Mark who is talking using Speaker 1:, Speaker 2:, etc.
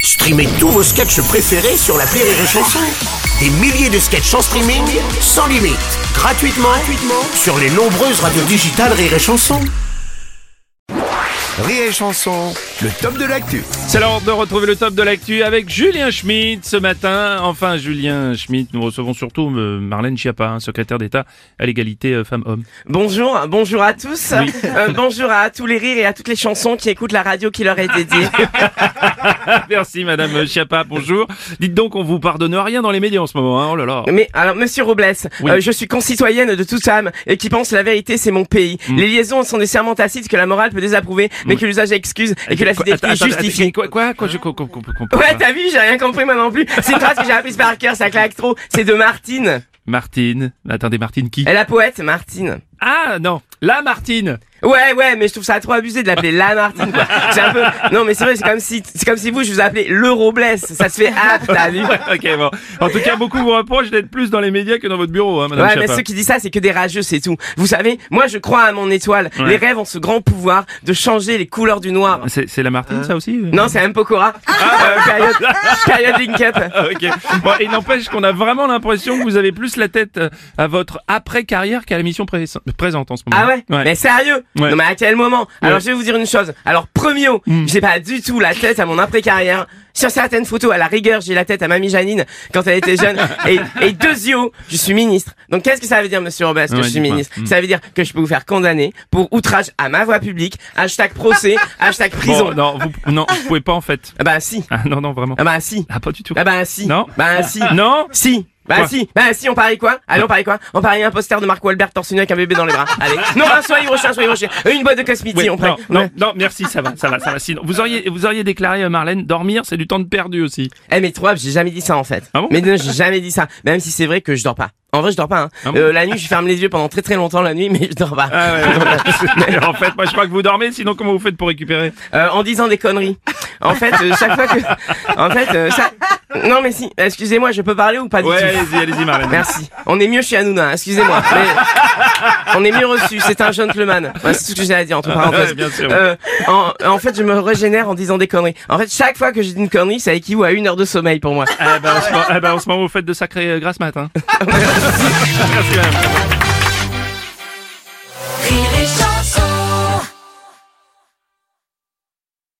Speaker 1: Streamez tous vos sketchs préférés sur la Rire et Chanson. Des milliers de sketchs en streaming, sans limite, gratuitement, gratuitement sur les nombreuses radios digitales Rire et Chanson.
Speaker 2: Rire et Chanson, le top de l'actu.
Speaker 3: C'est l'heure de retrouver le top de l'actu avec Julien Schmidt ce matin. Enfin, Julien Schmidt, nous recevons surtout euh, Marlène Schiappa, hein, secrétaire d'État à l'égalité euh, femmes-hommes.
Speaker 4: Bonjour, bonjour à tous.
Speaker 3: Oui.
Speaker 4: Euh, bonjour à tous les rires et à toutes les chansons qui écoutent la radio qui leur est dédiée.
Speaker 3: Ah, Merci, Madame Schiappa, bonjour. Dites donc, on vous pardonne rien dans les médias en ce moment, hein, oh là là.
Speaker 4: Mais alors, monsieur Robles,
Speaker 3: Oui.
Speaker 4: euh, je suis concitoyenne de toute âme et qui pense la vérité, c'est mon pays.
Speaker 3: Mm.
Speaker 4: Les liaisons sont des serments tacites que la morale peut désapprouver, mais que l'usage excuse et que la
Speaker 3: Quoi,
Speaker 4: fidélité
Speaker 3: attends, attends,
Speaker 4: justifie.
Speaker 3: attends, Quoi, quoi, quoi, je co- co- co- comprends
Speaker 4: Ouais,
Speaker 3: pas.
Speaker 4: t'as vu, j'ai rien compris moi non plus. C'est une phrase que j'ai apprise par cœur, ça claque trop. C'est de Martine.
Speaker 3: Martine. Attendez, Martine qui?
Speaker 4: Elle la poète, Martine.
Speaker 3: Ah, non. La Martine.
Speaker 4: Ouais, ouais, mais je trouve ça trop abusé de l'appeler la Martine, quoi. C'est un peu, non, mais c'est vrai, c'est comme si, c'est comme si vous, je vous appelais le Robles. Ça se fait apte, t'as vu?
Speaker 3: ok, bon. En tout cas, beaucoup vous reprochent d'être plus dans les médias que dans votre bureau, hein, Madame
Speaker 4: Ouais, mais
Speaker 3: Schiappa.
Speaker 4: ceux qui disent ça, c'est que des rageux, c'est tout. Vous savez, moi, je crois à mon étoile.
Speaker 3: Ouais.
Speaker 4: Les rêves ont ce grand pouvoir de changer les couleurs du noir.
Speaker 3: C'est c'est la Martine, ça aussi?
Speaker 4: Euh, Non, c'est un Pokora. Euh, période, période Link Up.
Speaker 3: Ah, ok. Bon, il n'empêche qu'on a vraiment l'impression que vous avez plus la tête euh, à votre après-carrière qu'à la mission pré- présente en ce moment.
Speaker 4: Ah ouais, Mais sérieux
Speaker 3: Ouais.
Speaker 4: Non mais à quel moment
Speaker 3: Ouais.
Speaker 4: Alors je vais vous dire une chose. Alors premio,
Speaker 3: Mm.
Speaker 4: j'ai pas du tout la tête à mon après carrière. Sur certaines photos, à la rigueur, j'ai la tête à mamie Janine quand elle était jeune. et, et deux yeux, je suis ministre. Donc qu'est-ce que ça veut dire, Monsieur Robes, que
Speaker 3: Ouais,
Speaker 4: je suis
Speaker 3: dites-moi.
Speaker 4: ministre
Speaker 3: Mm.
Speaker 4: Ça veut dire que je peux vous faire condamner pour outrage à ma voix publique, hashtag procès, hashtag prison.
Speaker 3: Bon, non, vous, non, vous pouvez pas en fait.
Speaker 4: Ah bah si.
Speaker 3: Ah, non, non, vraiment.
Speaker 4: Ah bah si.
Speaker 3: Ah, pas du tout.
Speaker 4: Ah bah si.
Speaker 3: Non.
Speaker 4: Bah si.
Speaker 3: Non
Speaker 4: Si. Bah
Speaker 3: Quoi
Speaker 4: si, bah si, on parie quoi Allez, on parie quoi On parie un poster de Marc Wahlberg torse nu avec un bébé dans les bras. Allez, non, un soir Yves un soir Yves une boîte de cosmétiques,
Speaker 3: Ouais,
Speaker 4: on parie.
Speaker 3: non, non, non, merci, ça va, ça va, ça va. Sinon, vous auriez, vous auriez déclaré, euh, Marlène, dormir, c'est du temps de perdu aussi.
Speaker 4: Eh mais trop j'ai jamais dit ça en fait.
Speaker 3: Ah bon
Speaker 4: mais non, j'ai jamais dit ça. Même si c'est vrai que je dors pas. En vrai, je dors pas. Hein.
Speaker 3: Ah bon
Speaker 4: Euh, la nuit, je ferme les yeux pendant très très longtemps la nuit, mais je dors pas.
Speaker 3: Ah, ouais, ouais, ouais. en fait, moi, je crois que vous dormez, sinon, comment vous faites pour récupérer
Speaker 4: Euh, en disant des conneries. En fait, euh, chaque fois que, en fait, euh, ça. Non mais si. Excusez-moi, je peux parler ou pas du
Speaker 3: Ouais,
Speaker 4: tout
Speaker 3: allez-y, allez-y, Marlène.
Speaker 4: Merci. On est mieux chez Hanouna, hein, excusez-moi. Mais on est mieux reçu, c'est un gentleman. Voilà, c'est tout ce que j'ai à dire, entre parenthèses.
Speaker 3: Ah, Ouais, bien sûr.
Speaker 4: Euh, en, en fait, je me régénère en disant des conneries. En fait, chaque fois que j'ai dit une connerie, ça équivaut à une heure de sommeil pour moi.
Speaker 3: Eh ben, Ah, bah, en ce moment, ah, bah, en ce moment, vous faites de sacrés euh, grasses maths, hein. merci, madame.